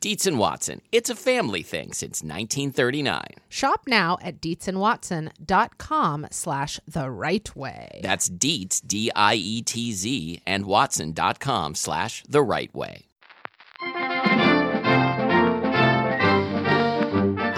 Dietz and Watson, it's a family thing since 1939. Shop now at DeetzandWatson.com slash the right way. That's Dietz, D I E T Z, and Watson.com slash the right way.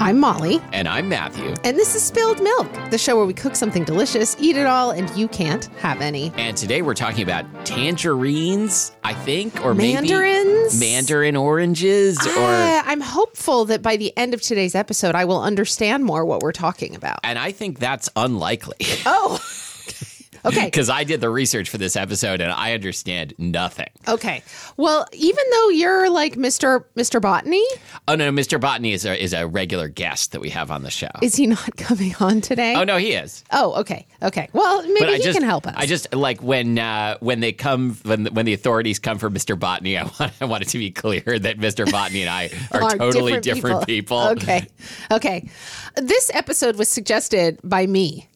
I'm Molly. And I'm Matthew. And this is Spilled Milk, the show where we cook something delicious, eat it all, and you can't have any. And today we're talking about tangerines, I think, or Mandarins? maybe mandarin oranges, or Ah, I'm hopeful that by the end of today's episode, I will understand more what we're talking about. and I think that's unlikely. Oh, okay. because I did the research for this episode and I understand nothing. Okay. Well, even though you're like Mr. Mr. Botany, Oh no, Mr. Botany is a is a regular guest that we have on the show. is he not coming on today? Oh no, he is. Oh, okay. Okay. Well, maybe I he just can help us. I just like when uh, when they come when when the authorities come for Mr. Botany. I want I want it to be clear that Mr. Botany and I are, totally different, people. Okay. Okay. This episode was suggested by me.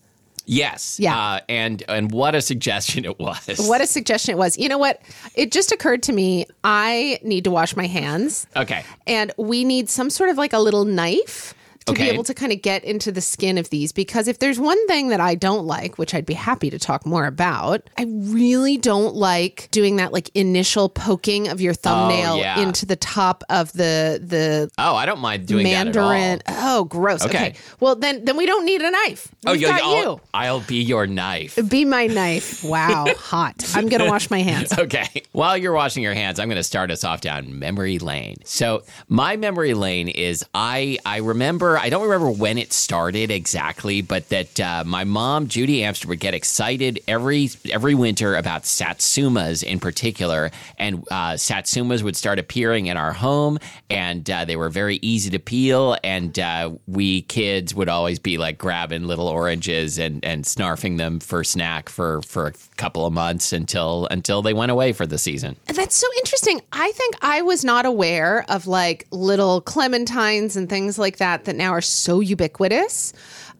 Yes. Yeah. Uh, and and what a suggestion it was. What a suggestion it was. You know what? It just occurred to me I need to wash my hands. okay. and we need some sort of like a little knife to be Okay. able to kind of get into the skin of these because if there's one thing that I don't like, which I'd be happy to talk more about, I really don't like doing that like initial poking of your thumbnail Oh, yeah. into the top of the the Oh, I don't mind doing mandarin. that at all. Oh, gross. Okay. Okay. Well, then then we don't need a knife. Oh, We've yo- got I'll- you. I'll be your knife. Be my knife. Wow, hot. I'm going to wash my hands. Okay. While you're washing your hands, I'm going to start us off down memory lane. So, my memory lane is I I remember I don't remember when it started exactly, but that uh, my mom Judy Amster would get excited every every winter about satsumas in particular, and uh, satsumas would start appearing in our home, and uh, they were very easy to peel, and uh, we kids would always be like grabbing little oranges and and snarfing them for snack for for a couple of months until until they went away for the season. That's so interesting. I think I was not aware of like little clementines and things like that that now are so ubiquitous,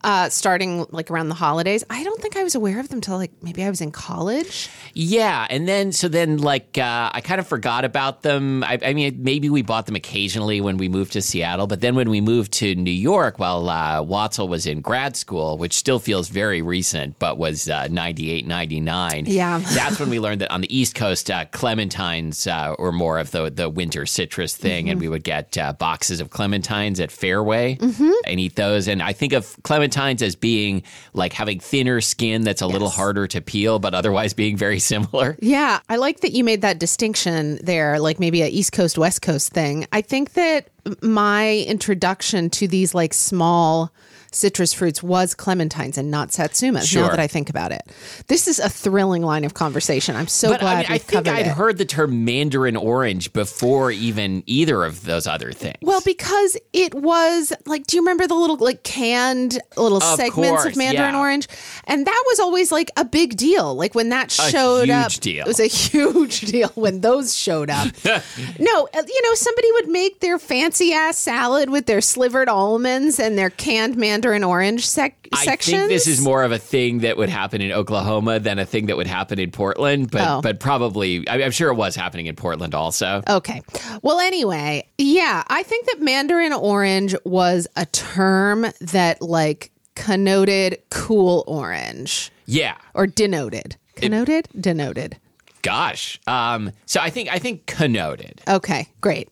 uh, starting like around the holidays. I don't think I was aware of them till like maybe I was in college. Yeah, and then so then like uh, I kind of forgot about them. I, I mean, maybe we bought them occasionally when we moved to Seattle, but then when we moved to New York, while uh, Watzel was in grad school, which still feels very recent, but was uh, 98, 99. Yeah. that's when we learned that on the East Coast, uh, clementines uh, were more of the the winter citrus thing, and we would get uh, boxes of clementines at Fairway Mm-hmm. and eat those. And I think of clementines as being like having thinner skin that's a little harder to peel, but otherwise being very similar. Yeah, I like that you made that distinction there, like maybe a East Coast West Coast thing. I think that my introduction to these like small citrus fruits was clementines and not satsumas. Now Sure. that I think about it, this is a thrilling line of conversation. I'm so But glad I, mean, I we've think covered I'd it. heard the term mandarin orange before even either of those other things. Well, because it was like, do you remember the little like canned little segments of course, Mandarin yeah. Orange? And that was always like a big deal. Like when that showed huge up, deal. it was a huge deal when those showed up. no, uh, you know, somebody would make their fancy ass salad with their slivered almonds and their canned Mandarin Orange sec- I sections. think this is more of a thing that would happen in Oklahoma than a thing that would happen in Portland, but Oh. but probably I, I'm sure it was happening in Portland also. Okay. Well, anyway, yeah, I think that Mandarin Orange was a term that like connoted cool orange Yeah. or denoted. Connoted? denoted. Gosh. Um, so I think I think connoted. Okay, great.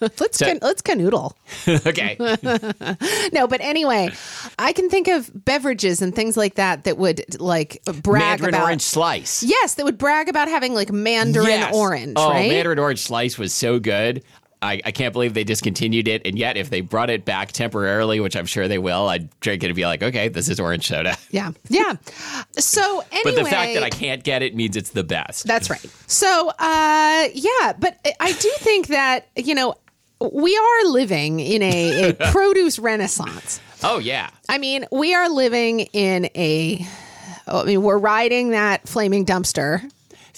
let's So- con- let's canoodle. okay. No, but anyway, I can think of beverages and things like that that would like brag Mandarin about orange slice. Yes, that would brag about having like Mandarin Yes. orange, Oh, right? Mandarin orange slice was so good. I, I can't believe they discontinued it. And yet, if they brought it back temporarily, which I'm sure they will, I'd drink it and be like, okay, this is orange soda. Yeah, yeah. So anyway, But the fact that I can't get it means it's the best. That's right. So, uh, yeah, but I- I do think that, you know, we are living in a, a produce renaissance. oh, yeah. I mean, we are living in a, oh, I mean, we're riding that flaming dumpster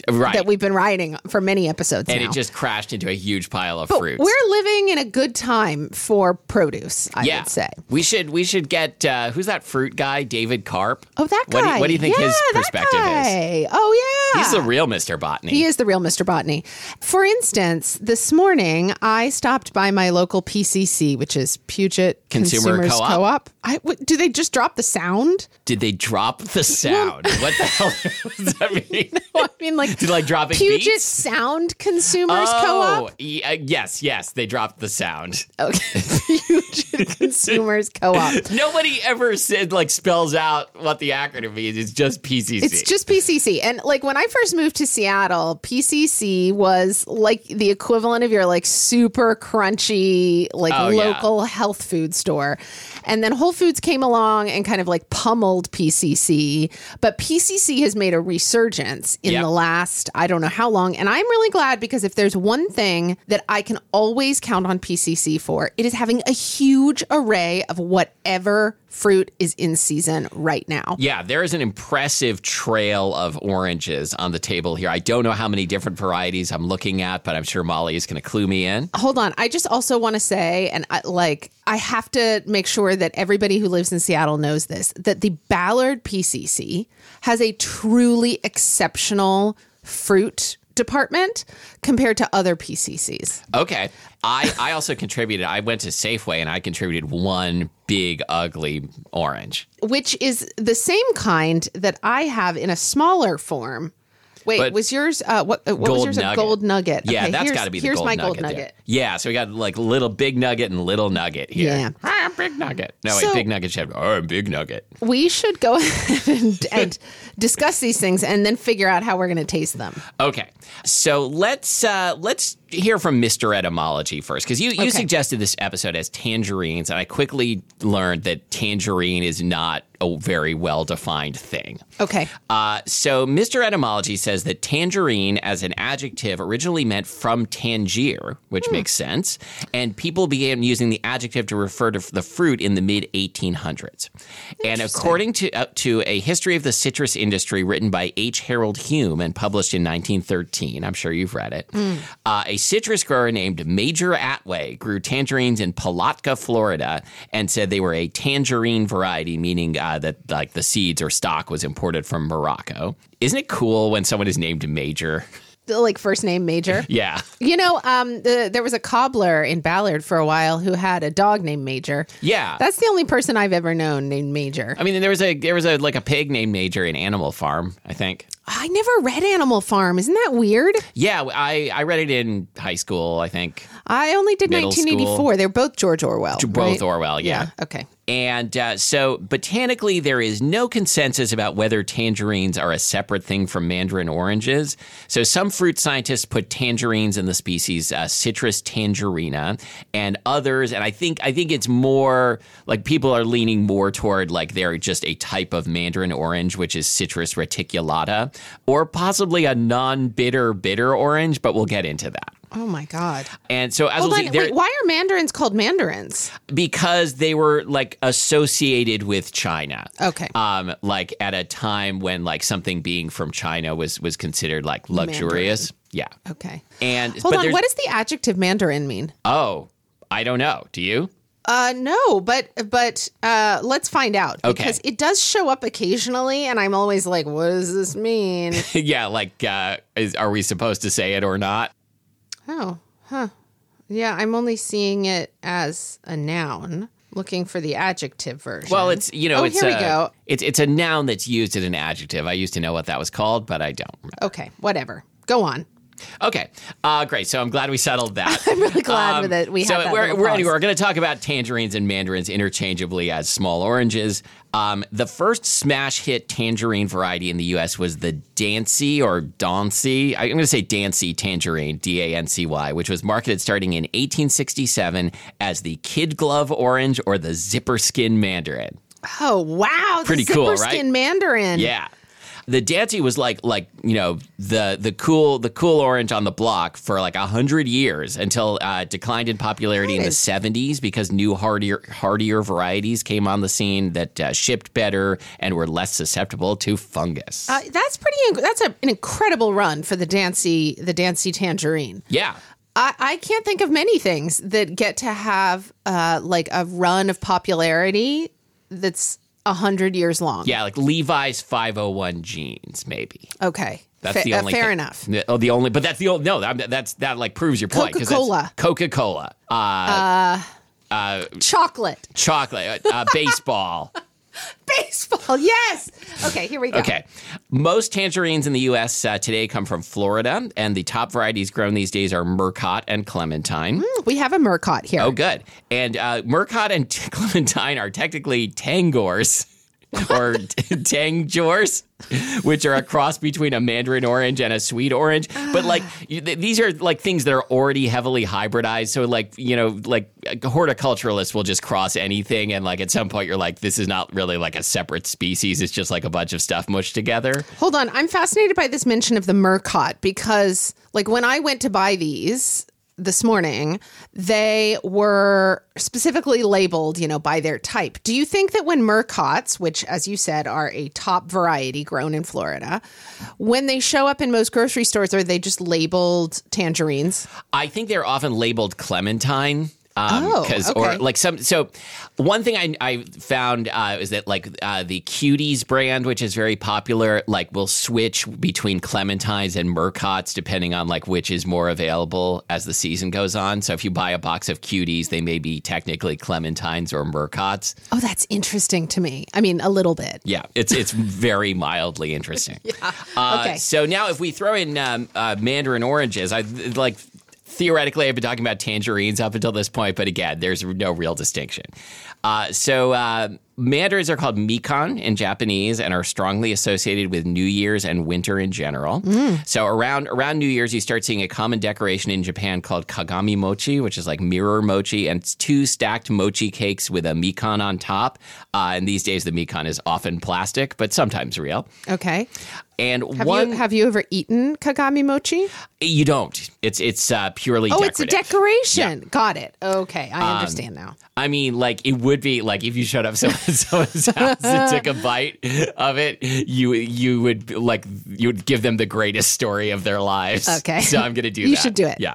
Right. that we've been riding for many episodes and now. it just crashed into a huge pile of fruits. we're living in a good time for produce, I yeah, would say. we should we should get uh, who's that fruit guy? David Carp. Oh, that guy. What do you, what do you think yeah, his that perspective is? guy. Oh, yeah. He's the real Mister Botany. He is the real Mr. Botany. For instance, this morning I stopped by my local PCC, which is Puget Consumer Consumers Co-op? Co-op. I w do they just drop the sound? Did they drop the sound? what the hell does that mean? I mean, like Did, like, dropping Puget beats? Sound Consumers Oh, Co-op. y- uh, yes, yes, they dropped the sound. Okay, Puget Consumers Co-op. Nobody ever said like spells out what the acronym means. It's just PCC. It's just PCC. And like when I first moved to Seattle, PCC was like the equivalent of your like super crunchy, like Oh, yeah. local health food store. And then Whole Foods came along and kind of like pummeled PCC. But PCC has made a resurgence in Yep. the last, I don't know how long. And I'm really glad because if there's one thing that I can always count on PCC for, it is having a huge array of whatever fruit is in season right now. Yeah, there is an impressive trail of oranges on the table here. I don't know how many different varieties I'm looking at, but I'm sure Molly is going to clue me in. hold on. I just also want to say, and I, like, I have to make sure that everybody who lives in Seattle knows this that the Ballard PCC has a truly exceptional fruit department compared to other PCCs. Okay. I, I also contributed. I went to Safeway and I contributed one big, ugly orange. which is the same kind that I have in a smaller form. Wait, But- was yours? Uh, what uh, what was Gold yours? A nugget. gold nugget. Yeah, Okay, that's here's- got to be the here's gold my nugget. gold there. nugget. Yeah, so we got like little big nugget and little nugget here. Yeah. Ah, big nugget. No, wait, So- big nugget. Should have, oh, big nugget. We should go ahead and, and discuss these things and then figure out how we're going to taste them. Okay, so let's uh, let's hear from Mr. Etymology first, because you, you suggested this episode as tangerines, and I quickly learned that tangerine is not a very well defined thing. Okay. Uh, so Mr. Etymology says that tangerine as an adjective originally meant from Tangier, which makes sense, and people began using the adjective to refer to f- the fruit in the mid 1800s. And according to uh, to a history of the citrus industry written by H. Harold Hume and published in 1913, I'm sure you've read it. Uh, a citrus grower named Major Atway grew tangerines in Palatka, Florida, and said they were a tangerine variety, meaning uh, that like the seeds or stock was imported from Morocco. Isn't it cool when someone is named Major? Like first name major. Yeah. You know, um, the, there was a cobbler in Ballard for a while who had a dog named Major. Yeah. Uh, That's the only person I've ever known named Major. I mean, there was a there was a like a pig named Major in Animal Farm, I think. I never read Animal Farm. Isn't that weird? Yeah, I I read it in high school, I think. I only did Middle 1984. They're both George Orwell. Both right? Orwell, yeah. Okay. And uh, so, botanically, there is no consensus about whether tangerines are a separate thing from mandarin oranges. So, some fruit scientists put tangerines in the species uh, Citrus tangerina, and others, and I think I think it's more like people are leaning more toward like they're just a type of mandarin orange, which is Citrus reticulata, or possibly a non-bitter bitter orange. But we'll get into that. Oh my God. And so, as Hold we'll on. see, there- Wait, why are mandarins called mandarins? because they were like associated with China. Okay. Um, like at a time when like something being from China was was considered like luxurious. Yeah. Okay. And Hold but on. there's- What does the adjective mandarin mean? oh, I don't know. Do you? Uh, no, but but uh, let's find out Okay. because it does show up occasionally, and I'm always like, what does this mean? yeah. Like, uh, is, are we supposed to say it or not? oh, huh. Yeah, I'm only seeing it as a noun. looking for the adjective version. Well, it's you know, Oh, it's here we a, go. It's it's a noun that's used as an adjective. I used to know what that was called, but I don't. remember. okay, whatever. Go on. Okay, uh, great. So I'm glad we settled that. I'm really glad with it. We Um, so had that we're little we're, pause. anyway, we're going to talk about tangerines and mandarins interchangeably as small oranges. Um, the first smash hit tangerine variety in the U.S. was the Dancy or Dancy. I'm going to say Dancy tangerine, D-A-N-C-Y, which was marketed starting in 1867 as the kid glove orange or the zipper skin mandarin. Oh wow, Pretty the cool, zipper right? Skin Mandarin. Yeah. The Dancy was like like you know the the cool the cool orange on the block for like a hundred years until uh, it declined in popularity in the is- seventies because new hardier hardier varieties came on the scene that uh, shipped better and were less susceptible to fungus. Uh, that's pretty. inc- That's a, an incredible run for the Dancy, the Dancy Tangerine. yeah, I, I can't think of many things that get to have uh, like a run of popularity that's a hundred years long. yeah, like Levi's five hundred one jeans maybe. Okay. That's Fa- the uh, only. fair thing- enough. The- Oh, the only. But that's the only. No, that, that's that like proves your point. Coca-Cola. Coca Cola. Uh, Chocolate. chocolate. Uh, baseball. Baseball. Yes. Okay. Here we go. Okay. Most tangerines in the U.S. Uh, today come from Florida, and the top varieties grown these days are Murcott and Clementine. We have a Murcott here. Oh, good. And uh, Murcott and Clementine are technically tangors or tangjors, which are a cross between a mandarin orange and a sweet orange. But like you, th- these are like things that are already heavily hybridized. So like you know like uh, horticulturalists will just cross anything, and like at some point you're like this is not really like a separate species. It's just like a bunch of stuff mushed together. Hold on. I'm fascinated by this mention of the Murcott because, like, when I went to buy these this morning, they were specifically labeled, you know, by their type. Do you think that when Murcotts, which, as you said, are a top variety grown in Florida, when they show up in most grocery stores, are they just labeled tangerines? I think they're often labeled clementine. Um, Oh, 'cause- okay. Or like some. So, one thing I, I found uh, is that like uh, the Cuties brand, which is very popular, like will switch between clementines and Murcotts depending on like which is more available as the season goes on. So, if you buy a box of Cuties, they may be technically clementines or Murcotts. Oh, that's interesting to me. I mean, a little bit. Yeah, it's it's very mildly interesting. Uh, Okay. So now, if we throw in um, uh, mandarin oranges, I th- like theoretically I've been talking about tangerines up until this point, but again, there's no real distinction. Uh, so uh, mandarins are called mikan in Japanese and are strongly associated with New Year's and winter in general. Mm. So around around New Year's, you start seeing a common decoration in Japan called kagami mochi, which is like mirror mochi, and it's two stacked mochi cakes with a mikan on top. Uh, and these days, the mikan is often plastic, but sometimes real. Okay. And Have one you have you ever eaten kagami mochi? you don't. It's it's uh, purely. Oh, decorative. Um, it's a decoration. Got it. Okay, I understand now. I mean, like it would be like if you showed up someone someone's house and took a bite of it, you you would like you would give them the greatest story of their lives. Okay. so I'm gonna do. You that. should do it. Yeah,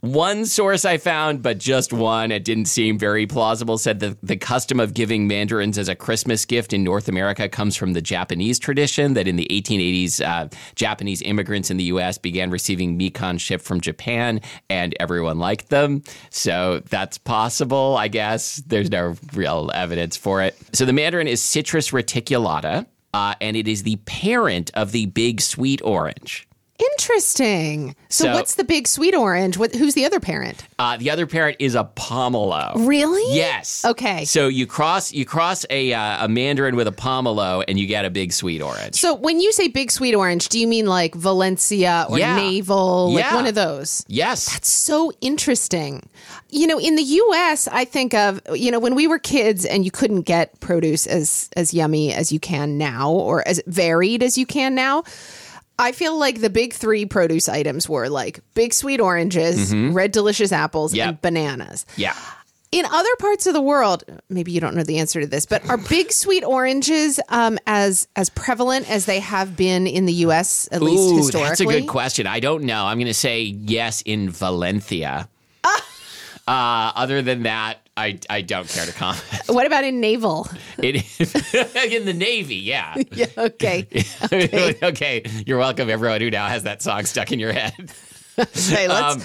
one source I found, but just one, it didn't seem very plausible. Said that the custom of giving mandarins as a Christmas gift in North America comes from the Japanese tradition. That in the 1880s, uh, Japanese immigrants in the U.S. began receiving mikan shipped from Japan, and everyone liked them. So that's possible, I guess. There's no real evidence for it. So the mandarin is Citrus reticulata, uh, and it is the parent of the big sweet orange. Interesting. So, So- what's the big sweet orange? What, who's the other parent? Uh, the other parent is a pomelo. Really? Yes. Okay. So you cross you cross a uh, a mandarin with a pomelo, and you get a big sweet orange. So when you say big sweet orange, do you mean like Valencia or Yeah. Navel, like Yeah. one of those? Yes. So interesting. You know, in the US, I think of, you know, when we were kids and you couldn't get produce as as yummy as you can now or as varied as you can now. I feel like the big 3 produce items were like big sweet oranges, red delicious apples, Mm-hmm. Yeah. and bananas. Yeah. In other parts of the world, maybe you don't know the answer to this, but are big sweet oranges um, as as prevalent as they have been in the U.S. at least Ooh, historically? that's a good question. I don't know. I'm going to say yes in Valencia. uh, other than that, I I don't care to comment. What about in naval? It, in the Navy, yeah. Yeah, okay. okay, you're welcome, everyone who now has that song stuck in your head. okay, let's. Um,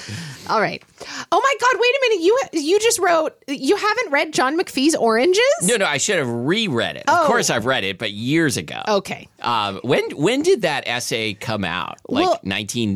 all right. Oh my God! Wait a minute. You you just wrote. You haven't read John McPhee's Oranges? No, no, I should have reread it. Oh. Of course, I've read it, but years ago. Okay. Um, when when did that essay come out? Like Well-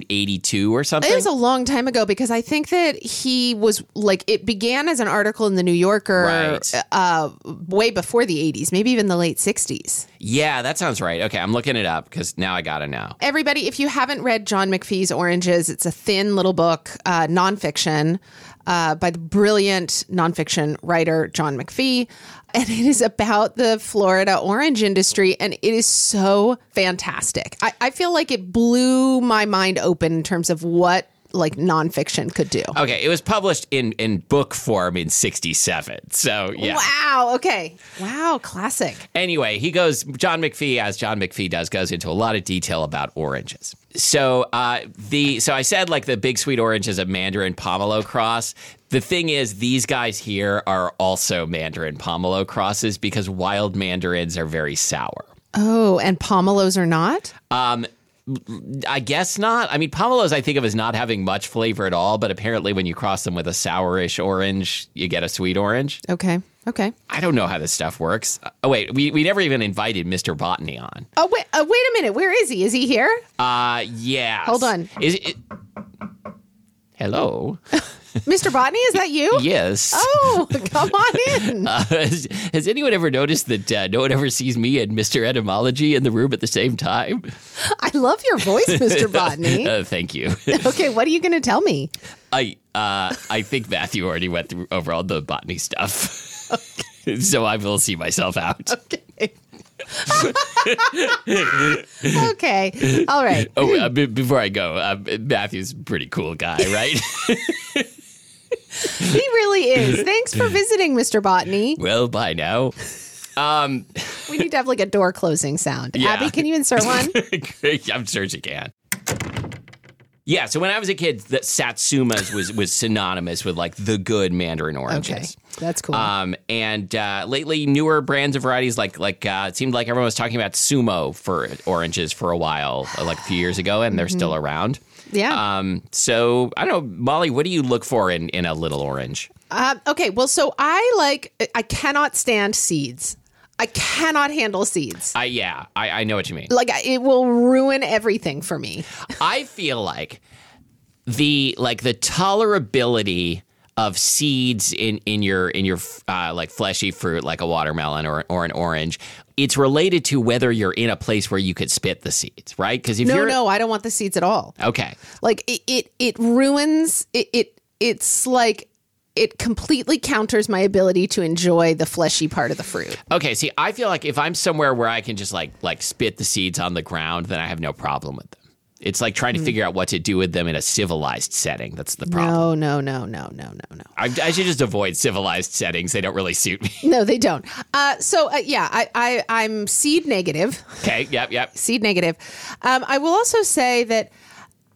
1982 or something? It was a long time ago because I think that he was like it began as an article in the New Yorker Right. uh, way before the 80s, maybe even the late 60s. yeah, that sounds right. Okay, I'm looking it up because now I gotta know. Everybody, if you haven't read John McPhee's Oranges, it's a thin little book, uh, nonfiction, uh, by the brilliant nonfiction writer John McPhee. And it is about the Florida orange industry, and it is so fantastic. I, I feel like it blew my mind open in terms of what like nonfiction could do. Okay, it was published in in book form in 67. So yeah. Wow. Okay. Wow. Classic. Anyway, he goes, John McPhee, as John McPhee does, goes into a lot of detail about oranges. So uh, the so I said like the big sweet orange is a Mandarin pomelo cross. The thing is, these guys here are also Mandarin pomelo crosses because wild mandarins are very sour. Oh, and pomelos are not? I guess not. I mean, pomelos I think of as not having much flavor at all, but apparently when you cross them with a sourish orange, you get a sweet orange. Okay. Okay. I don't know how this stuff works. Oh wait, we, we never even invited Mr. Botany on. Oh, wait, uh, wait a minute. Where is he? Is he here? Uh, yeah. Hold on. Is it? Hello. Mr. Botany, is that you? yes. Oh, come on in. Uh, has, has anyone ever noticed that uh, no one ever sees me and Mr. Etymology in the room at the same time? I love your voice, Mr. Botany. Uh, thank you. Okay, what are you going to tell me? I uh, I think Matthew already went through, over all the botany stuff, so I will see myself out. Okay. All right. Oh, uh, b- before I go, uh, Matthew's a pretty cool guy, right? He really is. Thanks for visiting, Mr. Botany. well, by now. Um, We need to have like a door closing sound. Yeah. Abby, can you insert one? I'm sure she can. Yeah, so when I was a kid, the Satsumas was was synonymous with like the good Mandarin oranges. Okay. That's cool. Um, and uh, lately, newer brands and varieties like like uh, it seemed like everyone was talking about Sumo for oranges for a while, like a few years ago, and they're still around. yeah. Um, so I don't know, Molly. What do you look for in in a little orange? Um, okay. Well, so I like, I cannot stand seeds. I cannot handle seeds. I yeah, I, I know what you mean. like it will ruin everything for me. I feel like the like the tolerability of seeds in in your in your uh, like fleshy fruit like a watermelon or or an orange it's related to whether you're in a place where you could spit the seeds right because if No, you're no, I don't want the seeds at all. okay Like it, it, it ruins it, it. It's like it completely counters my ability to enjoy the fleshy part of the fruit. okay see I feel like if I'm somewhere where I can just like like spit the seeds on the ground then I have no problem with them it's like Hmm. trying to figure out what to do with them in a civilized setting that's the problem No, no, no, no, no, no, no. I, I should just avoid civilized settings they don't really suit me No, they don't. Uh, so uh, yeah, I, I, I'm seed negative. okay yep yep seed negative. Um, I will also say that,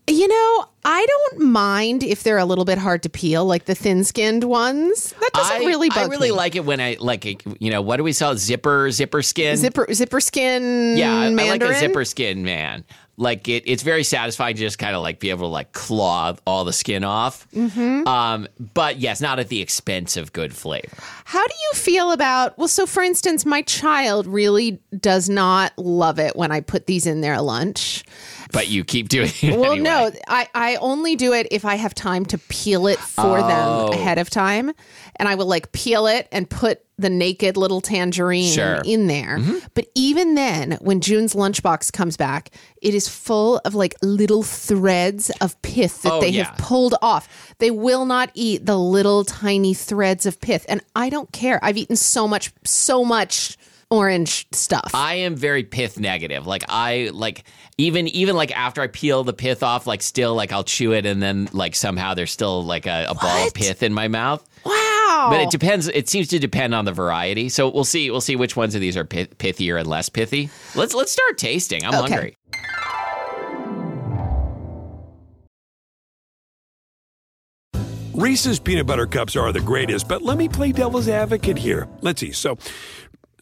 you know, I don't mind if they're a little bit hard to peel, like the thin skinned ones. That doesn't really bug I me. really like it when I like it- you know what do we sell zipper zipper skin zipper zipper skin. yeah I, I like Mandarin. a zipper skin man like it, it's very satisfying to just kind of like be able to like claw all the skin off mm-hmm. um but yes not at the expense of good flavor How do you feel about? Well, so for instance, my child really does not love it when I put these in their lunch. but you keep doing it Well, anyway. no, I, I only do it if I have time to peel it for Oh. them ahead of time. And I will like peel it and put the naked little tangerine Sure. Mm-hmm. in there. But even then, when June's lunchbox comes back, it is full of like little threads of pith that Oh, they yeah. have pulled off. They will not eat the little tiny threads of pith. And I don't care. I've eaten so much, so much orange stuff. I am very pith negative. Like I like even even like after I peel the pith off, like still like I'll chew it and then like somehow there's still like a, a ball of What? Oh. pith in my mouth. wow. But it depends. It seems to depend on the variety. So we'll see. We'll see which ones of these are pith- pithier and less pithy. Let's let's start tasting. I'm Okay. hungry. Reese's peanut butter cups are the greatest, but let me play devil's advocate here. Let's see. So,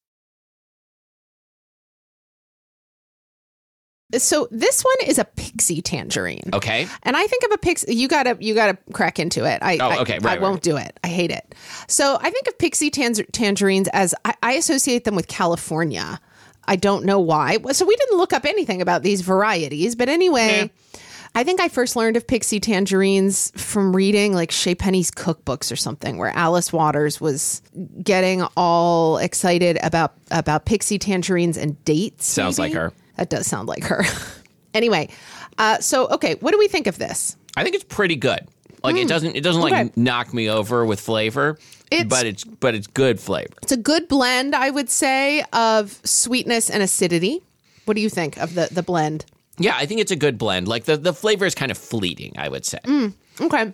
So this one is a pixie tangerine. Okay. And I think of a pixie. You gotta, you gotta crack into it. I, Oh, I- okay, right, I, right, won't right. do it. I hate it. So I think of pixie tans- tangerines as I, I associate them with California. I don't know why. So we didn't look up anything about these varieties, but anyway. I think I first learned of pixie tangerines from reading like Shea Penny's cookbooks or something, where Alice Waters was getting all excited about about pixie tangerines and dates. Sounds maybe? like her. That does sound like her. anyway, uh, so okay, what do we think of this? I think it's pretty good. Like it doesn't it doesn't like Mm. Okay. knock me over with flavor, It's- but it's but it's good flavor. It's a good blend, I would say, of sweetness and acidity. What do you think of the the blend? Yeah, I think it's a good blend. Like the, the flavor is kind of fleeting, I would say. Okay. Um, Mm.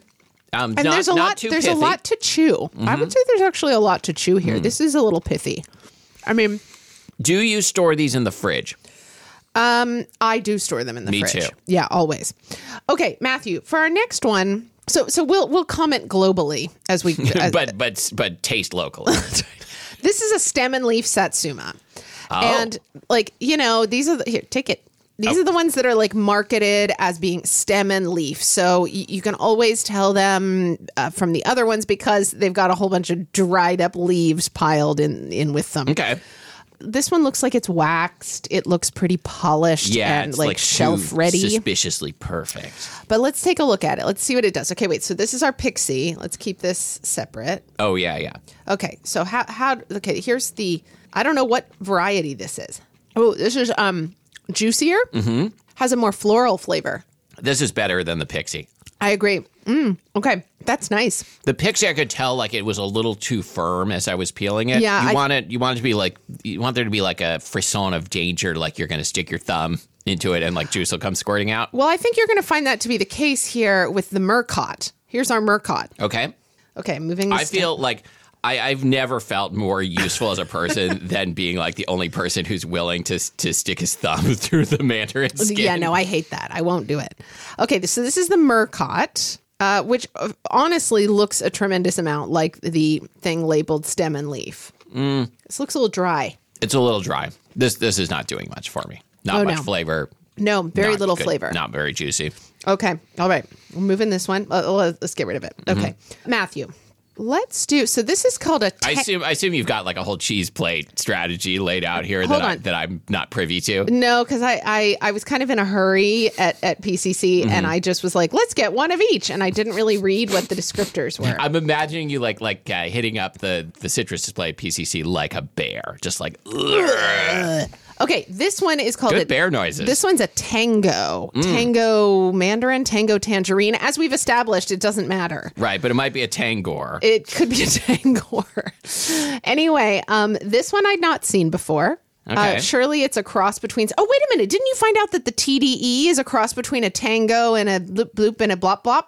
And not, there's a not lot too there's pithy. Mm-hmm. a lot to chew. I would say there's actually a lot to chew here. This is a little pithy. I mean, Do you store these in the fridge? I do store them in the Me fridge. too. Yeah, always. Okay, Matthew, for our next one, so so we'll we'll comment globally as we as, but but but taste locally. This is a stem and leaf satsuma. Oh. And like, you know, these are the here, take it. These are the ones that are like marketed as being stem and leaf. So y- you can always tell them uh, from the other ones because they've got a whole bunch of dried up leaves piled in in with them. okay. This one looks like it's waxed. It looks pretty polished Yeah, and it's like, like too shelf ready. Suspiciously perfect. but let's take a look at it. Let's see what it does. Okay, wait. So this is our pixie. Let's keep this separate. Oh yeah, yeah. Okay, so how how okay, here's the I don't know what variety this is. Oh, this is um juicier. Mm-hmm. Has a more floral flavor. This is better than the pixie. I agree. Mm, okay, that's nice. The pixie, I could tell like it was a little too firm as I was peeling it. Yeah, you I- want it. You want it to be like you want there to be like a frisson of danger, like you're going to stick your thumb into it and like juice will come squirting out. Well, I think you're going to find that to be the case here with the Murcot. Here's our Murcot. Okay, Okay, moving. This I feel like. I, I've never felt more useful as a person than being like the only person who's willing to to stick his thumb through the mandarin skin. Yeah, no, I hate that. I won't do it. Okay, so this is the Murcot, uh, which uh, honestly looks a tremendous amount like the thing labeled stem and leaf. Mm. This looks a little dry. it's a little dry. This this is not doing much for me. Not Oh, much no. flavor. No, very not little good- flavor. Not very juicy. Okay. All right. We're moving this one. Uh, let- Let's get rid of it. Mm-hmm. Okay. Matthew, let's do. So this is called a. I te- assume I assume you've got like a whole cheese plate strategy laid out here Hold that I, on. that I'm not privy to. no, because I, I I was kind of in a hurry at at PCC, Mm-hmm. and I just was like, let's get one of each, and I didn't really read what the descriptors were. I'm imagining you like like uh, hitting up the the citrus display at PCC like a bear, just like "Ugh." okay, this one is called good a, bear noises. Mm. This one's a tango, tango mandarin, tango tangerine. As we've established, it doesn't matter. right, but it might be a tangor. It could be a tangor. anyway, um, this one I'd not seen before. Uh, Okay. surely it's a cross between. Oh, wait a minute. Didn't you find out that the TDE is a cross between a tango and a bloop bloop and a blop blop?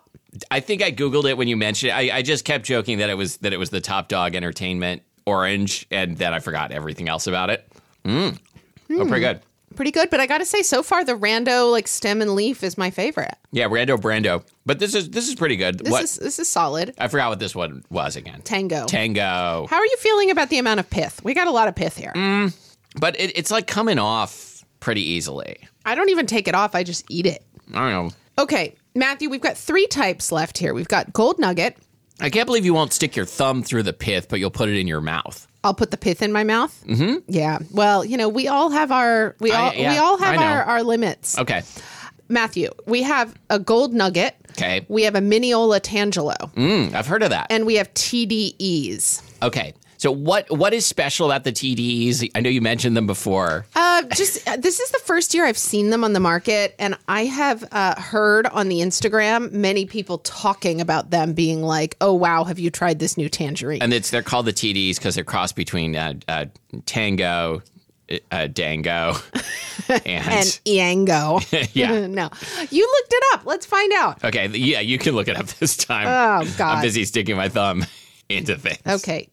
I think I googled it when you mentioned it. I, I just kept joking that it was that it was the Top Dog Entertainment orange, and that I forgot everything else about it. Mm. Oh, pretty good. Pretty good. But I got to say, so far, the rando like stem and leaf is my favorite. Yeah, Rando Brando. But this is this is pretty good. This what is this is solid. I forgot what this one was again. Tango. Tango. How are you feeling about the amount of pith? We got a lot of pith here. But it, it's like coming off pretty easily. I don't even take it off, I just eat it. I don't know. Okay, Matthew, we've got three types left here. We've got gold nugget. I can't believe you won't stick your thumb through the pith, but you'll put it in your mouth. I'll put the pith in my mouth. Mm-hmm. Yeah. Well, you know, we all have our we all I- yeah, we all have I know. Uh, our, our limits. Okay. Matthew, we have a gold nugget. Okay. Mm-hmm. We have a miniola tangelo, Hmm, Mm, I've heard of that. and we have TDEs. Okay. So what what is special about the TDEs? I know you mentioned them before. Uh, just uh, this is the first year I've seen them on the market, and I have uh, heard on the Instagram many people talking about them being like, "Oh wow, have you tried this new tangerine?" and it's they're called the TDs because they're crossed between uh, uh, Tango, uh, Dango, and, and Yango. Yeah. no, you looked it up. Let's find out. okay, yeah, you can look it up this time. Oh, God. I'm busy sticking my thumb into things. Okay,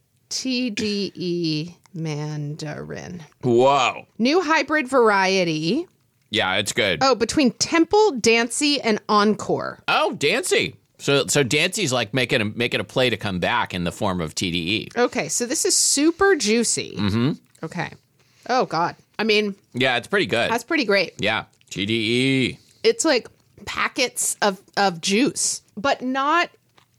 TDE Mandarin, Whoa, new hybrid variety. yeah, it's good. Oh, Oh, between Temple, Dancy, and Encore. Dancy. So so Dancy's like making a making a play to come back in the form of E. TDE. Okay, so this is super juicy. Mm-hmm. Okay. Oh God. I mean, Yeah, it's pretty good. that's pretty great. yeah, E. TDE. it's like packets of of juice, but not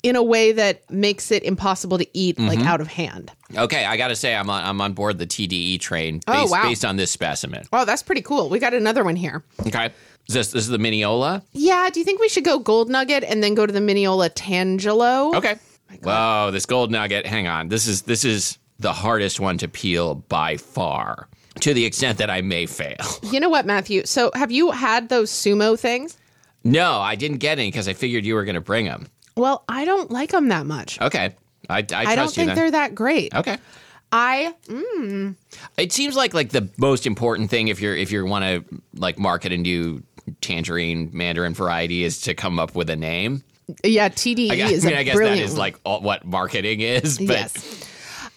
in a way that makes it impossible to eat like Mm-hmm. out of hand. Okay, I gotta say I'm on, I'm on board the TDE train based, Oh, wow. based on this specimen. Oh, that's pretty cool. We got another one here. Okay, is this this is the Mineola. Yeah, do you think we should go gold nugget and then go to the Mineola Tangelo? Okay. Whoa, this gold nugget. Hang on. This is this is the hardest one to peel by far, to the extent that I may fail. You know what, Matthew? So, have you had those sumo things? no, I didn't get any because I figured you were going to bring them. Well, I don't like them that much. Okay. I, I Oh, trust I don't you think then. Oh. they're that great. Okay. I It seems like like the most important thing if you're if you want to like market a new tangerine mandarin variety is to come up with a name. yeah, TDE I, is I mean, a I guess brilliant that is one. like all, what marketing is, but yes.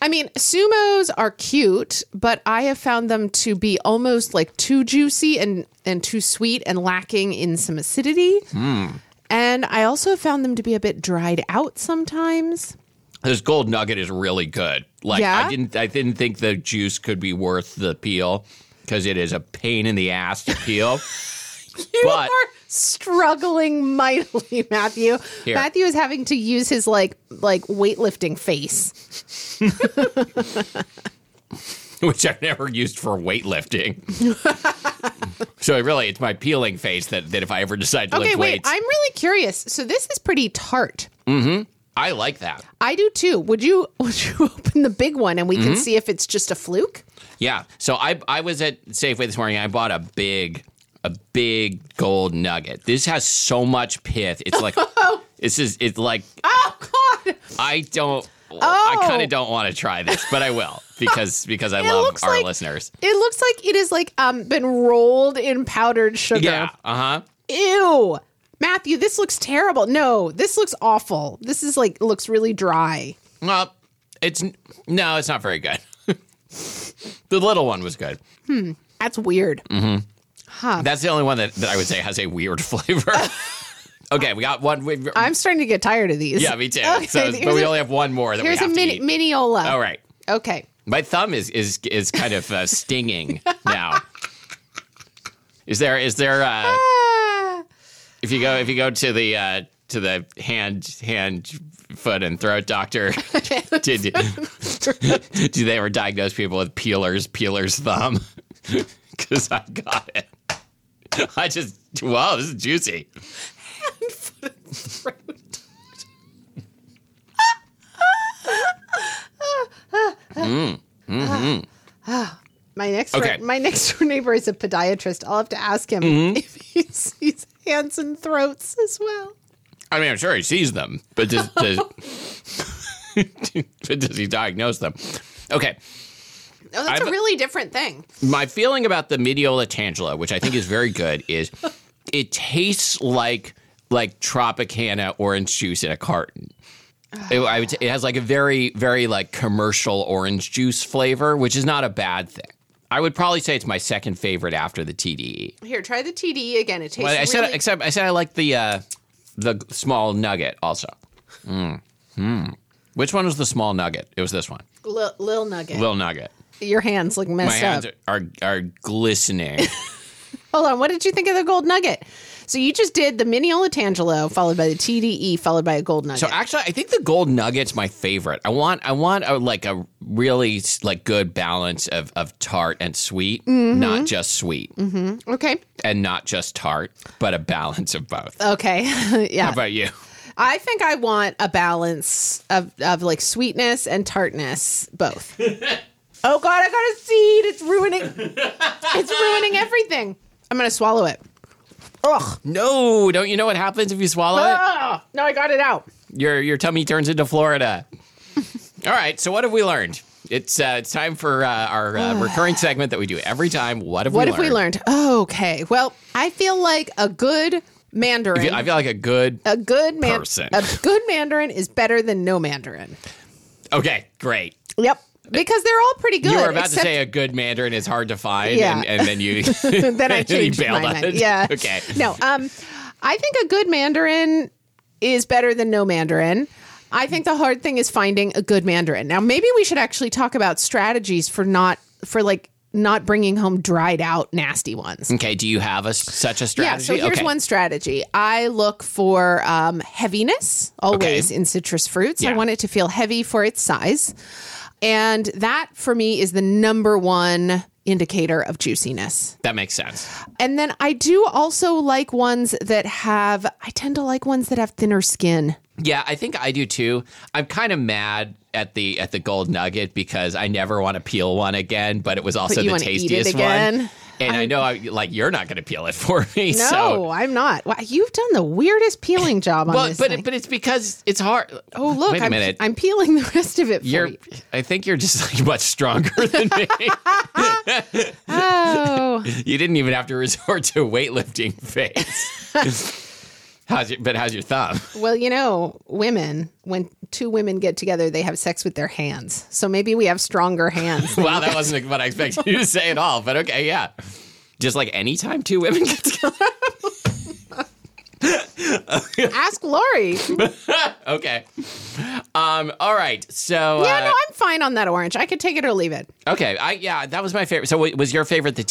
I mean, sumos are cute, but I have found them to be almost like too juicy and and too sweet and lacking in some acidity. Hmm. And I also have found them to be a bit dried out sometimes. this gold nugget is really good. Like Yeah? I didn't I didn't think the juice could be worth the peel because it is a pain in the ass to peel. You But- are struggling mightily, Matthew. Here. Matthew is having to use his like like weightlifting face. which I've never used for weightlifting. so really it's my peeling face that, that if I ever decide to Okay, lift wait. weights. I'm really curious. So this is pretty tart. I like that. I do too. Would you would you open the big one and we Mm-hmm. can see if it's just a fluke? Yeah. So I I was at Safeway this morning. I bought a big a big gold nugget. This has so much pith. It's like this is it's like Oh God! I don't Oh. I kind of don't want to try this, but I will because because I It love looks our like- listeners. It looks like it is like um been rolled in powdered sugar. Yeah. Uh huh. Ew. Matthew, this looks terrible. No, this looks awful. This is like looks really dry. Well, it's no, it's not very good. the little one was good. That's weird. Mm-hmm. That's the only one that, that I would say has a weird flavor. okay, we got one. We, I'm starting to get tired of these. yeah, me too. Okay, so, here's but we a- only have one more that we Here's have a mini to eat. miniola. All right. Okay. My thumb is is is kind of uh, stinging now. Is there is there uh, Ah. if you go if you go to the uh, to the hand hand foot and throat doctor did, do they ever diagnose people with peelers peelers thumb because i got it i just wow this is juicy My next Mm-hmm. Okay. door, my next door neighbor is a podiatrist. I'll have to ask him Mm-hmm. if he sees hands and throats as well. i mean i'm sure he sees them but does, does, but does he diagnose them okay Oh, that's a I've- really different thing. my feeling about the Mediola Tangela, which I think is very good, is it tastes like like Tropicana orange juice in a carton. It, I would say it has like a very very like commercial orange juice flavor, which is not a bad thing. I would probably say it's my second favorite after the TDE. Here, try the TDE again. It tastes. But I said really- except I said I like the uh, the small nugget also. Mm. Hmm. Which one was the small nugget? It was this one, Lil, Lil Nugget. little nugget. Your hands look My messed hands up. are are glistening. Hold on. What did you think of the gold nugget? So you just did the mini Olatangelo followed by the TDE followed by a gold nugget. So actually, I think the gold nugget's my favorite. I want I want a, like a really like good balance of of tart and sweet, Mm-hmm. not just sweet okay. and not just tart, but a balance of both. Okay. yeah. How about you? I think I want a balance of, of like sweetness and tartness, both. oh God, I got a seed. It's ruining. It's ruining everything. I'm gonna swallow it. Ugh. No, don't you know what happens if you swallow it? Ah, no, I got it out. Your your tummy turns into Florida. All right, so what have we learned? It's uh, it's time for uh, our uh, recurring segment that we do every time. What have What we have learned? we learned? okay. Well, I feel like a good Mandarin. I feel like a good. a good man- person. a good Mandarin is better than no Mandarin. Okay, great. Yep. Because they're all pretty good. You were about to except- say a good Mandarin is hard to find, Yeah. and, and then you then I you changed bailed my on mind. it. Yeah. Okay. No. Um, I think a good Mandarin is better than no Mandarin. I think the hard thing is finding a good Mandarin. Now, maybe we should actually talk about strategies for not for like not bringing home dried out nasty ones. Okay. Do you have a s- such a Yeah, strategy? so here's okay. one strategy. I look for um, heaviness always in citrus fruits. I Yeah. want it to feel heavy for its size. And that for me is the number one indicator of juiciness. That makes sense. And then I do also like ones that have, I tend to like ones that have thinner skin. Yeah, I think I do too. I'm kind of mad at the at the gold nugget because I never want to peel one again, but it was also you the wanna eat it tastiest one. again? And i know I, like you're not going to peel it for me. No, so. I'm not. Wow, you've done the weirdest peeling job on Well, this. but thing. it, but it's because it's hard. oh, look, wait a I'm, minute. I'm peeling the rest of it for you're you. I think you're just like much stronger than me. Oh. you didn't even have to resort to weightlifting phase. how's your but how's your thumb? Well, you know, women, when two women get together, they have sex with their hands. So maybe we have stronger hands. Wow, that wasn't what I expected you to say at all. But okay, yeah. Just like anytime two women get together. Ask Lori. Okay. Um, all right. So Yeah, uh, no, I'm fine on that orange. I could take it or leave it. okay, I yeah, that was my favorite. So wa- was your favorite the E?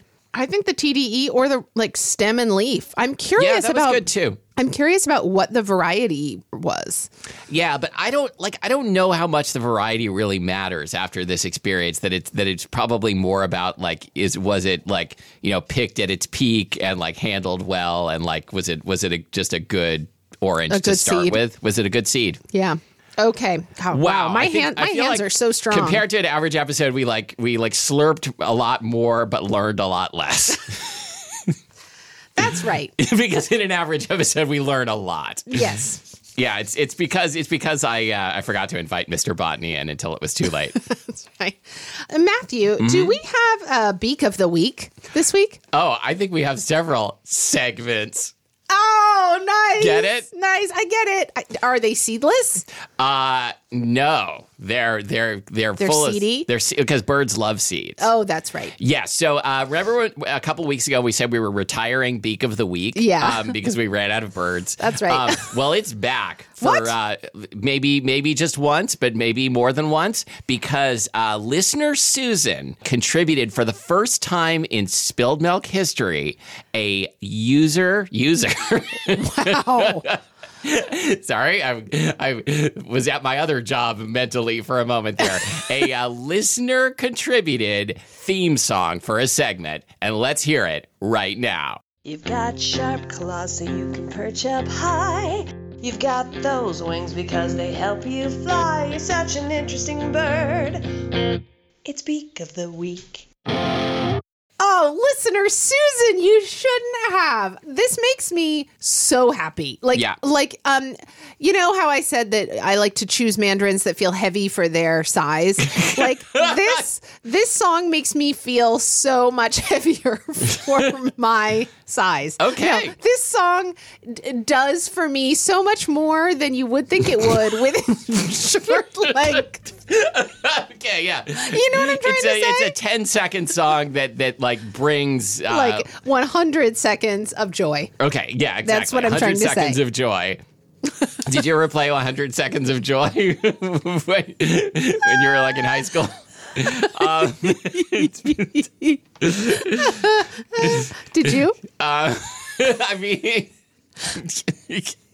TDE? I think the TDE or the like stem and leaf. I'm Yeah, curious that about was good too. I'm curious about what the variety was. Yeah, but I don't like I don't know how much the variety really matters after this experience that it's that it's probably more about like is was it like, you know, picked at its peak and like handled well and like was it was it a, just a good orange to good start seed. with? Was it a good seed? Yeah. Okay. Oh, wow. My I think- hand I my feel hands like are so strong. Compared to an average episode, we like we like slurped a lot more but learned a lot less. That's right. because in an average episode we learn a lot. Yes. Yeah, it's it's because it's because I uh, I forgot to invite Mr. Botany in until it was too late. That's right. Uh, Matthew, do Mm-hmm. we have a beak of the week this week? oh, I think we have several segments. Oh, nice. Get it? Nice. I get it. I, are they seedless? Uh no, they're they're they're, full seedy? of they're because birds love seeds. Oh, that's right. Yeah. So uh, remember when, a couple weeks ago we said we were retiring Beak of the Week? Yeah. Um, because we ran out of birds. That's right. Um, well, it's back for What? Uh, maybe maybe just once, but maybe more than once because uh, listener Susan contributed for the first time in Spilled Milk history a user user. Oh, Sorry, I, I was at my other job mentally for a moment there. a uh, listener contributed theme song for a segment, and let's hear it right now. You've got sharp claws so you can perch up high. You've got those wings because they help you fly. You're such an interesting bird. It's Beak of the Week. oh, listener Susan, you shouldn't have. This makes me so happy. Like, Yeah. like, um, you know how I said that I like to choose mandarins that feel heavy for their size. like this, this song makes me feel so much heavier for my size. Okay. Now, this song d- does for me so much more than you would think it would with its short length. Okay, yeah. You know what I'm trying it's to a, say? It's a 10 second song that, that like brings. Uh, like 100 seconds of joy. okay, yeah, exactly. That's what I'm 100 trying to say. seconds of joy. Did you ever play 100 Seconds of Joy when, when you were like in high school? Did you? I mean,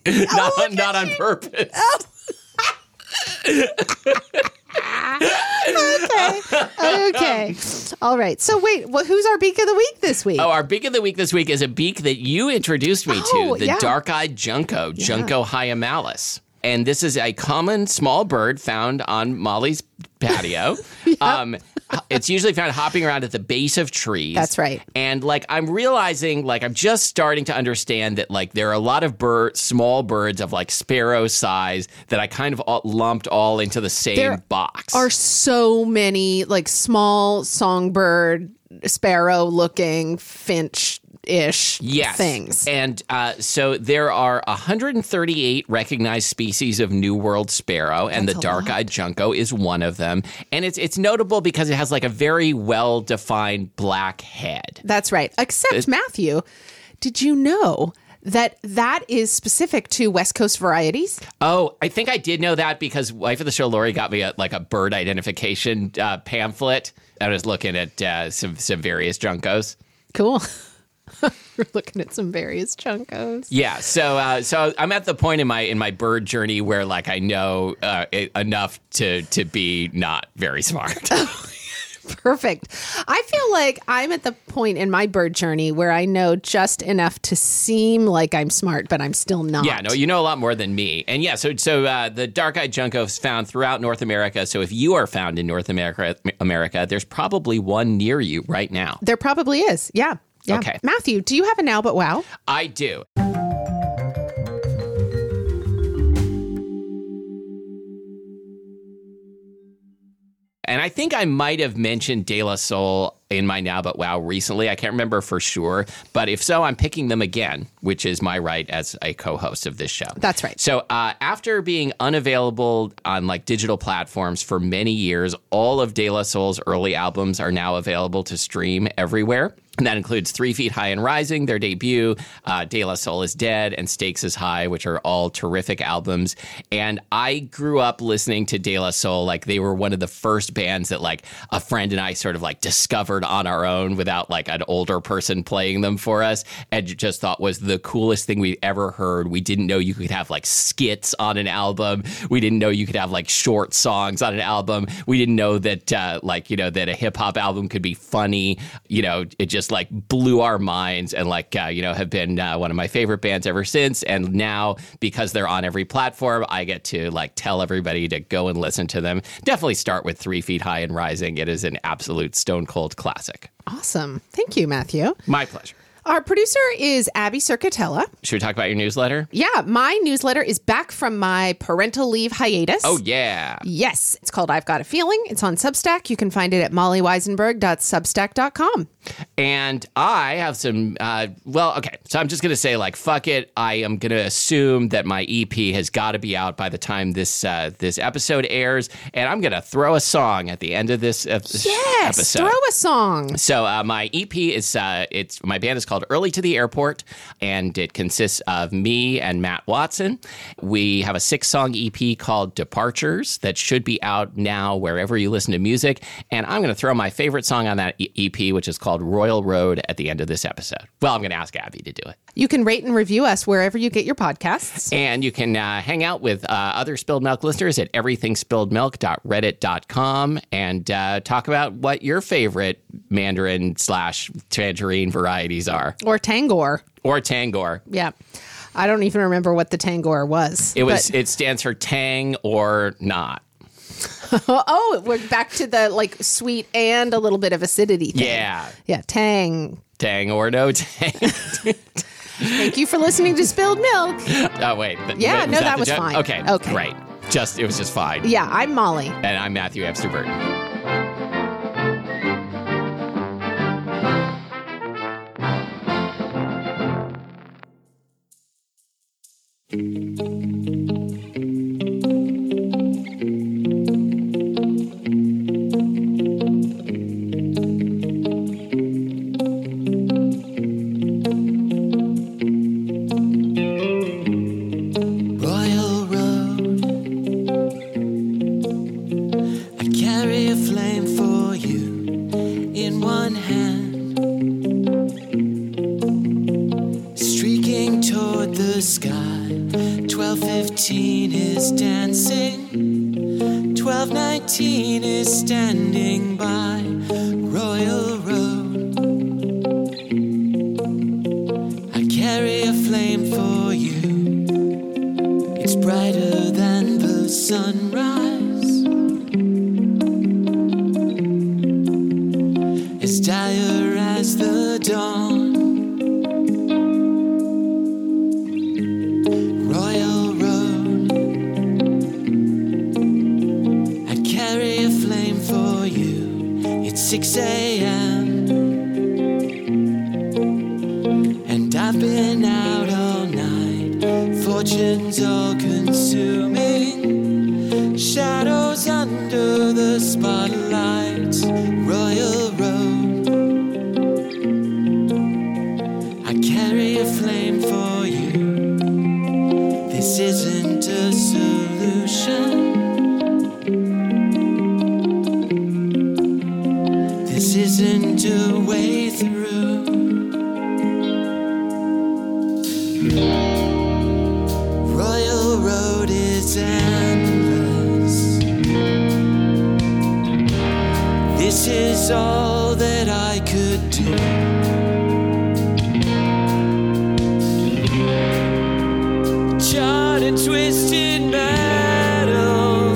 not, not on purpose. okay. All right. So wait, well, who's our beak of the week this week? Oh, our beak of the week this week is a beak that you introduced me Oh, to, the yeah. dark-eyed junco, Junco hyamalis. And this is a common small bird found on Molly's patio. um, it's usually found hopping around at the base of trees. That's right. And like I'm realizing, like I'm just starting to understand that like there are a lot of bird, small birds of like sparrow size that I kind of all, lumped all into the same There box. are so many like small songbird, sparrow looking, finch ish yes. things. And uh, so there are 138 recognized species of New World sparrow, and the dark-eyed junco is one of them. And it's it's notable because it has like a very well-defined black head. That's right. Except Matthew, did you know that that is specific to West Coast varieties? Oh, I think I did know that because wife of the show Lori got me a, like a bird identification uh, pamphlet. I was looking at uh, some some various juncos. Cool. We're looking at some various chunkos. Yeah, so uh, so I'm at the point in my in my bird journey where like I know uh, i enough to to be not very smart. Perfect. I feel like I'm at the point in my bird journey where I know just enough to seem like I'm smart, but I'm still not. Yeah, no, you know a lot more than me. And yeah, so so uh, the dark-eyed junco is found throughout North America. So if you are found in North America, America, there's probably one near you right now. There probably is. Yeah. Yeah. Okay. Matthew, do you have a now but wow? I do. And I think I might have mentioned De La Soul in my Now But Wow recently. I can't remember for sure. But if so, I'm picking them again, which is my right as a co host of this show. That's right. So uh, after being unavailable on like digital platforms for many years, all of De La Soul's early albums are now available to stream everywhere. And that includes Three Feet High and Rising, their debut, uh, De La Soul is Dead, and Stakes is High, which are all terrific albums. And I grew up listening to De La Soul. Like, they were one of the first bands that, like, a friend and I sort of, like, discovered on our own without, like, an older person playing them for us. And just thought was the coolest thing we've ever heard. We didn't know you could have, like, skits on an album. We didn't know you could have, like, short songs on an album. We didn't know that, uh, like, you know, that a hip hop album could be funny. You know, it just like blew our minds and like, uh, you know, have been uh, one of my favorite bands ever since. And now because they're on every platform, I get to like tell everybody to go and listen to them. Definitely start with Three Feet High and Rising. It is an absolute stone cold classic. Awesome. Thank you, Matthew. My pleasure. Our producer is Abby Circatella. Should we talk about your newsletter? Yeah, my newsletter is back from my parental leave hiatus. Oh, yeah. Yes, it's called I've Got a Feeling. It's on Substack. You can find it at mollyweisenberg.substack.com. And I have some, uh, well, okay. So I'm just going to say, like, fuck it. I am going to assume that my EP has got to be out by the time this uh, this episode airs. And I'm going to throw a song at the end of this ep- Yes, episode. throw a song. So uh, my EP is uh, it's my band is called Early to the Airport, and it consists of me and Matt Watson. We have a six song EP called Departures that should be out now wherever you listen to music. And I'm going to throw my favorite song on that E- EP, which is called Royal Road, at the end of this episode. Well, I'm going to ask Abby to do it. You can rate and review us wherever you get your podcasts. And you can uh, hang out with uh, other Spilled Milk listeners at everythingspilledmilk.reddit.com and uh, talk about what your favorite Mandarin slash tangerine varieties are, Or Tangor. or Tangor. Yeah. I don't even remember what the Tangor was. It was it stands for Tang or not. But, oh, it went back to the like sweet and a little bit of acidity thing. Yeah, Yeah, Tang. Tang or no Tang. Thank you for listening to Spilled Milk. oh wait, th- Yeah, wait, no, that the was joke? fine. Okay, Okay. great. Just it was just fine. Yeah, I'm Molly. And I'm Matthew Epster Burton. Royal Road. I carry a flame for you in one hand, streaking toward the sky. 1215 is dancing, 1215 1219 is standing by Royal Road. I carry a flame for you, it's brighter than the sunrise. As dire as the dawn, Royal Road. I'd carry a flame for you. It's 6 a.m. And I've been out all night. Fortune's all consuming. Shadows under the spotlight. Royal road. I carry a flame for you. This isn't a solution. This isn't a way through. Royal Road is endless. This is all that I could do. Charred and twisted metal.